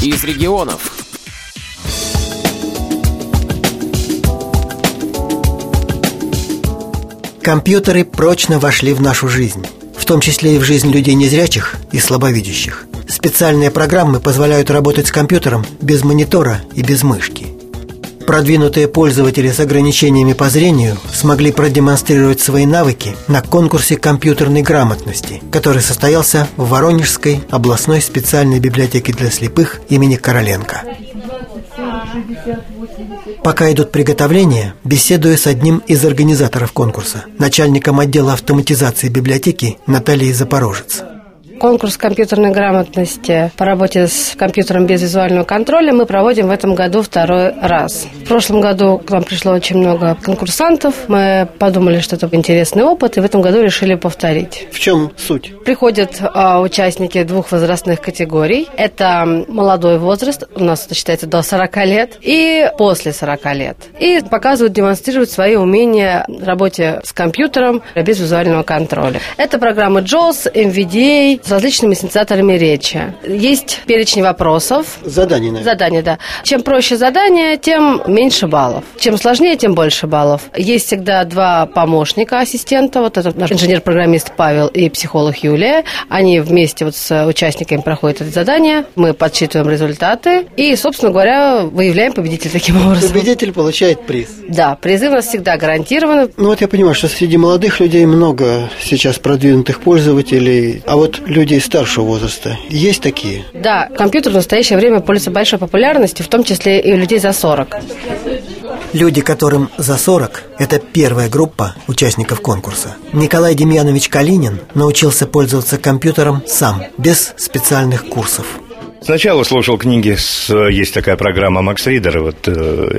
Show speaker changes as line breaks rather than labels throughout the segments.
из регионов.
Компьютеры прочно вошли в нашу жизнь, в том числе и в жизнь людей незрячих и слабовидящих. Специальные программы позволяют работать с компьютером без монитора и без мышки. Продвинутые пользователи с ограничениями по зрению смогли продемонстрировать свои навыки на конкурсе компьютерной грамотности, который состоялся в Воронежской областной специальной библиотеке для слепых имени Короленко. Пока идут приготовления, беседую с одним из организаторов конкурса, начальником отдела автоматизации библиотеки Натальей Запорожец.
Конкурс компьютерной грамотности по работе с компьютером без визуального контроля мы проводим в этом году второй раз. В прошлом году к нам пришло очень много конкурсантов. Мы подумали, что это интересный опыт, и в этом году решили повторить.
В чем суть?
Приходят а, участники двух возрастных категорий. Это молодой возраст, у нас это считается до 40 лет, и после 40 лет. И показывают, демонстрируют свои умения в работе с компьютером без визуального контроля. Это программы JAWS, MVDA, с различными синтезаторами речи. Есть перечень вопросов.
Задание, наверное.
Задание, да. Чем проще задание, тем меньше баллов. Чем сложнее, тем больше баллов. Есть всегда два помощника ассистента. Вот это наш инженер-программист Павел и психолог Юлия. Они вместе вот с участниками проходят это задание. Мы подсчитываем результаты. И, собственно говоря, выявляем победителя таким образом.
Победитель получает приз.
Да, призы у нас всегда гарантированы.
Ну вот я понимаю, что среди молодых людей много сейчас продвинутых пользователей. А вот людей старшего возраста. Есть такие?
Да, компьютер в настоящее время пользуется большой популярностью, в том числе и у людей за 40.
Люди, которым за 40, это первая группа участников конкурса. Николай Демьянович Калинин научился пользоваться компьютером сам, без специальных курсов.
Сначала слушал книги, с, э, есть такая программа Макс Ридер, вот э,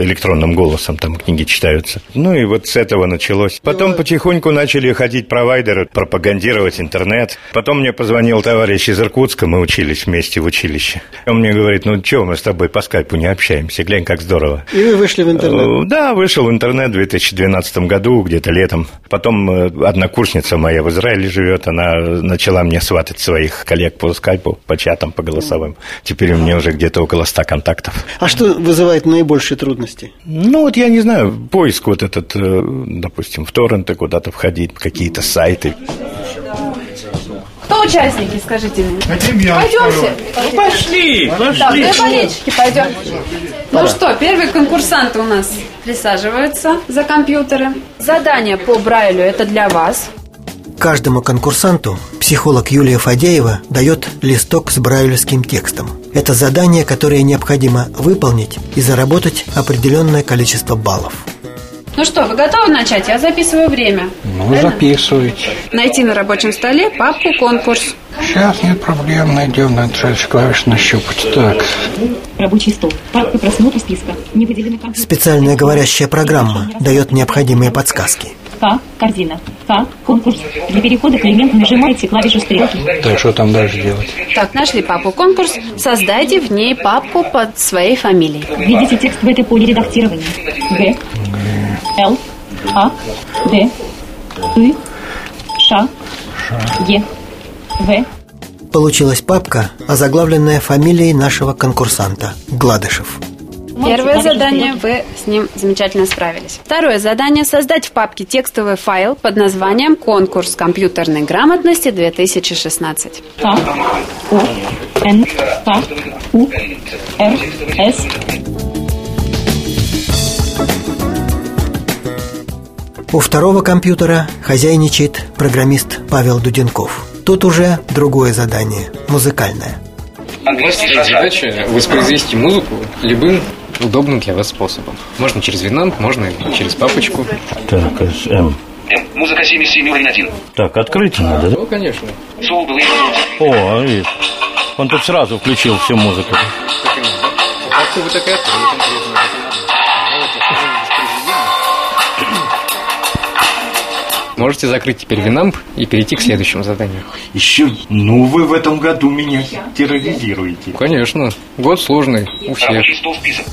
электронным голосом там книги читаются. Ну и вот с этого началось. Потом потихоньку начали ходить провайдеры, пропагандировать интернет. Потом мне позвонил товарищ из Иркутска, мы учились вместе в училище. Он мне говорит, ну чего мы с тобой по скайпу не общаемся, глянь, как здорово.
И вы вышли в интернет?
Э, Да, вышел в интернет в 2012 году, где-то летом. Потом э, однокурсница моя в Израиле живет, она начала мне сватать своих коллег по скайпу, по чатам, по голосовым. Теперь у меня уже где-то около 100 контактов.
А что вызывает наибольшие трудности?
Ну, вот я не знаю, поиск вот этот, э, допустим, в торренты куда-то входить, какие-то сайты.
Кто участники, скажите мне?
Хотим я.
Пойдемте.
Ну, пошли,
Да,
пошли.
две болельщики пойдем.
Ну что, первые конкурсанты у нас присаживаются за компьютеры. Задание по Брайлю это для вас.
Каждому конкурсанту психолог Юлия Фадеева дает листок с брайлевским текстом. Это задание, которое необходимо выполнить и заработать определенное количество баллов.
Ну что, вы готовы начать? Я записываю время.
Ну, записывайте.
Найти на рабочем столе папку «Конкурс».
Сейчас нет проблем, найдем, надо сразу клавиш нащупать. Так,
Рабочий стол. Папка просмотра списка. Не выделены компьютер.
Специальная говорящая программа дает необходимые подсказки.
К. Корзина. К. Конкурс. Для перехода к элементу нажимаете клавишу стрелки.
так что там дальше делать?
Так, нашли папку «Конкурс». Создайте в ней папку под своей фамилией.
Введите текст в это поле редактирования. Г. Л. А. Д. И. Ш. Е. В.
Получилась папка, озаглавленная фамилией нашего конкурсанта – Гладышев.
Первое задание, вы с ним замечательно справились. Второе задание – создать в папке текстовый файл под названием «Конкурс компьютерной грамотности 2016».
К. О. Н. К. У. Р. С.
У второго компьютера хозяйничает программист Павел Дуденков. Тут уже другое задание – музыкальное.
Стоит задача воспроизвести музыку любым удобным для вас способом. Можно через Винамп, можно через папочку.
Так, э, М.
Музыка 77 уровень 1.
Так, открыть надо, да?
Ну, конечно.
Сол был
О, а видишь. Он тут сразу включил всю музыку.
Так и надо. А как вы такая? то вы конкретно. Ну, вот, это уже воспроизведение. Можете закрыть теперь Винамп и перейти к следующему заданию.
Еще, ну вы в этом году меня терроризируете.
Конечно. Год сложный у всех.
Рабочий стол список.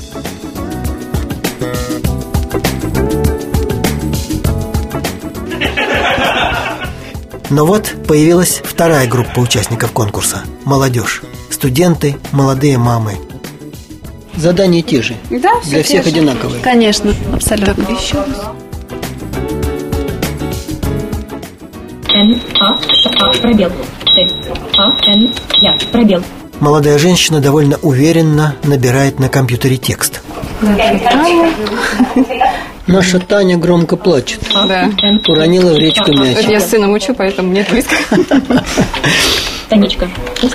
Но вот появилась вторая группа участников конкурса – молодежь. Студенты, молодые мамы. Задания те же.
Да, всё
Для
те
всех
же.
одинаковые.
Конечно, абсолютно.
Н, А, А, пробел. Т, А, Н, Я, пробел.
Молодая женщина довольно уверенно набирает на компьютере текст. Наша Таня громко плачет.
Да.
Уронила в речку мяч.
Это я сына мучу, поэтому мне близко.
Танечка.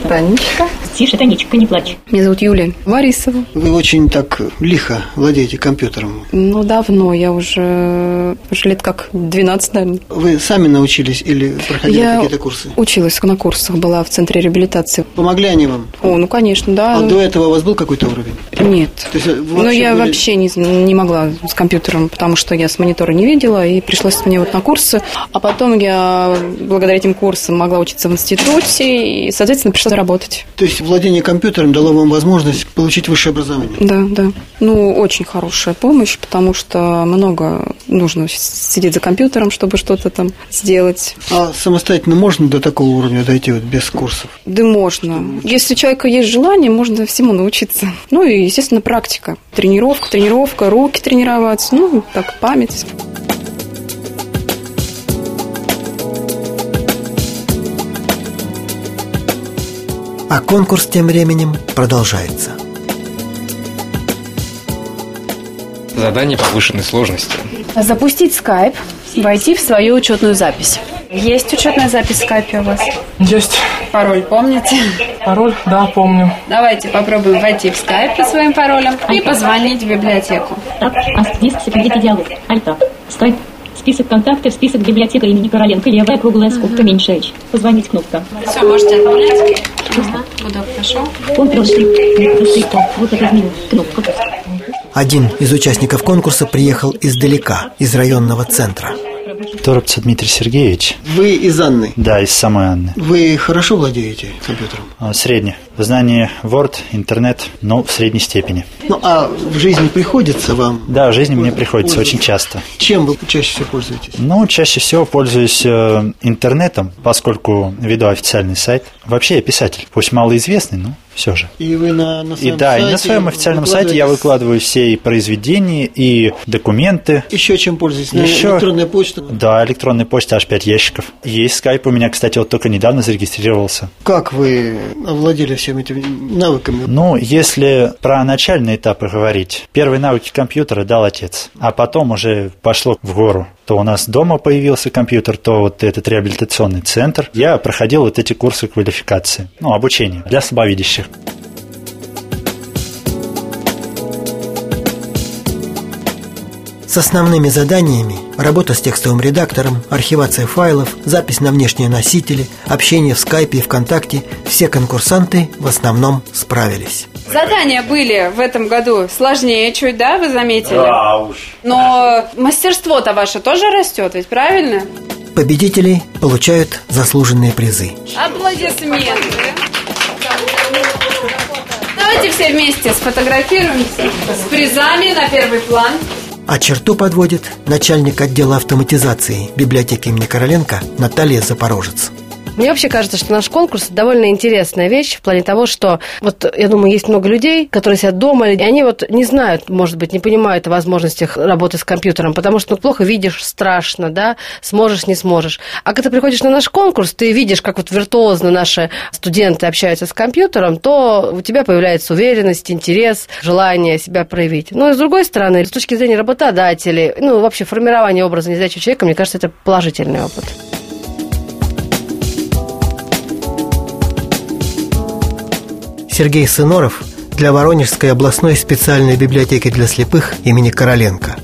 Танечка.
Тише, Танечка, не плачь.
Меня зовут Юлия Борисова.
Вы очень так лихо владеете компьютером.
Ну, давно, я
э,
уже, уже лет как 12, наверное.
Вы сами научились или проходили
Я
какие-то курсы?
училась на курсах, была в центре реабилитации.
Помогли они вам?
О, ну, конечно, да.
А до этого у вас был какой-то уровень?
Нет.
То есть вы
Но Ну, я
были-
вообще не, зн- не могла с компьютером, потому что я с монитора не видела, и пришлось мне вот на курсы. А потом я, благодаря этим курсам, могла учиться в институте, и, соответственно, пришлось работать.
То есть владение компьютером дало вам возможность получить высшее образование?
Да, да. Ну, очень хорошая помощь, потому что много нужно с- сидеть за компьютером, чтобы что-то там сделать.
А самостоятельно можно до такого уровня дойти вот без курсов?
Да можно. Если у человека есть желание, можно всему научиться. Ну и, естественно, практика. Тренировка, тренировка, руки тренировать, ну, так, память.
А конкурс тем временем продолжается.
Задание повышенной сложности.
Запустить скайп, войти в свою учетную запись. Есть учетная запись в скайпе у вас?
Есть.
Пароль помните?
Пароль? А Да, помню.
Давайте попробуем войти в скайп по своим паролям и позвонить в библиотеку.
Так, а астериск, сократите диалог. Альта. Скайп. Список контактов, список библиотека имени Короленко, левая круглая скобка, меньше H. Позвонить кнопка.
Все, можете отправлять. Гудок пошел.
Ctrl Shift, Вот это изменил. Кнопка.
Один из участников конкурса приехал издалека, из районного центра.
Торопцев Дмитрий Сергеевич.
Вы из Анны?
Да, из самой Анны.
Вы хорошо владеете компьютером?
А, Средне. Знание Word, интернет, но в средней степени.
Ну, а в жизни приходится вам?
Да, в жизни мне приходится
пользуюсь.
очень часто.
Чем вы чаще всего пользуетесь?
Ну, чаще всего пользуюсь э, интернетом, поскольку веду официальный сайт. Вообще я писатель, пусть малоизвестный, но все же.
И вы на, на
И
своем
да, и на
сайте
своем официальном сайте я
выкладываете
выкладываю все и произведения, и документы.
Еще чем пользуетесь?
Еще-
Еще... Электронная почта?
Да, электронная почта аж 5 ящиков. Есть скайп у меня, кстати, вот только недавно зарегистрировался.
Как вы овладели всем этим навыками?
Ну, если про начальные этапы говорить, первые навыки компьютера дал отец, а потом уже пошло в гору. То у нас дома появился компьютер, то вот этот реабилитационный центр. Я проходил вот эти курсы квалификации, ну, обучение для слабовидящих.
С основными заданиями – работа с текстовым редактором, архивация файлов, запись на внешние носители, общение в скайпе и вконтакте – все конкурсанты в основном справились.
Задания были в этом году сложнее чуть, да, вы заметили? Но мастерство-то ваше тоже растет, ведь правильно?
Победители получают заслуженные призы.
Аплодисменты. Давайте все вместе сфотографируемся с призами на первый план.
А черту подводит начальник отдела автоматизации библиотеки имени Короленко Наталья Запорожец.
Мне вообще кажется, что наш конкурс – это довольно интересная вещь в плане того, что, вот, я думаю, есть много людей, которые сидят дома, и они вот не знают, может быть, не понимают о возможностях работы с компьютером, потому что ну, плохо видишь, страшно, да, сможешь, не сможешь. А когда ты приходишь на наш конкурс, ты видишь, как вот виртуозно наши студенты общаются с компьютером, то у тебя появляется уверенность, интерес, желание себя проявить. Но и с другой стороны, с точки зрения работодателей, ну, вообще формирование образа незрячего человека, мне кажется, это положительный опыт.
Сергей Сыноров для Воронежской областной специальной библиотеки для слепых имени Короленко.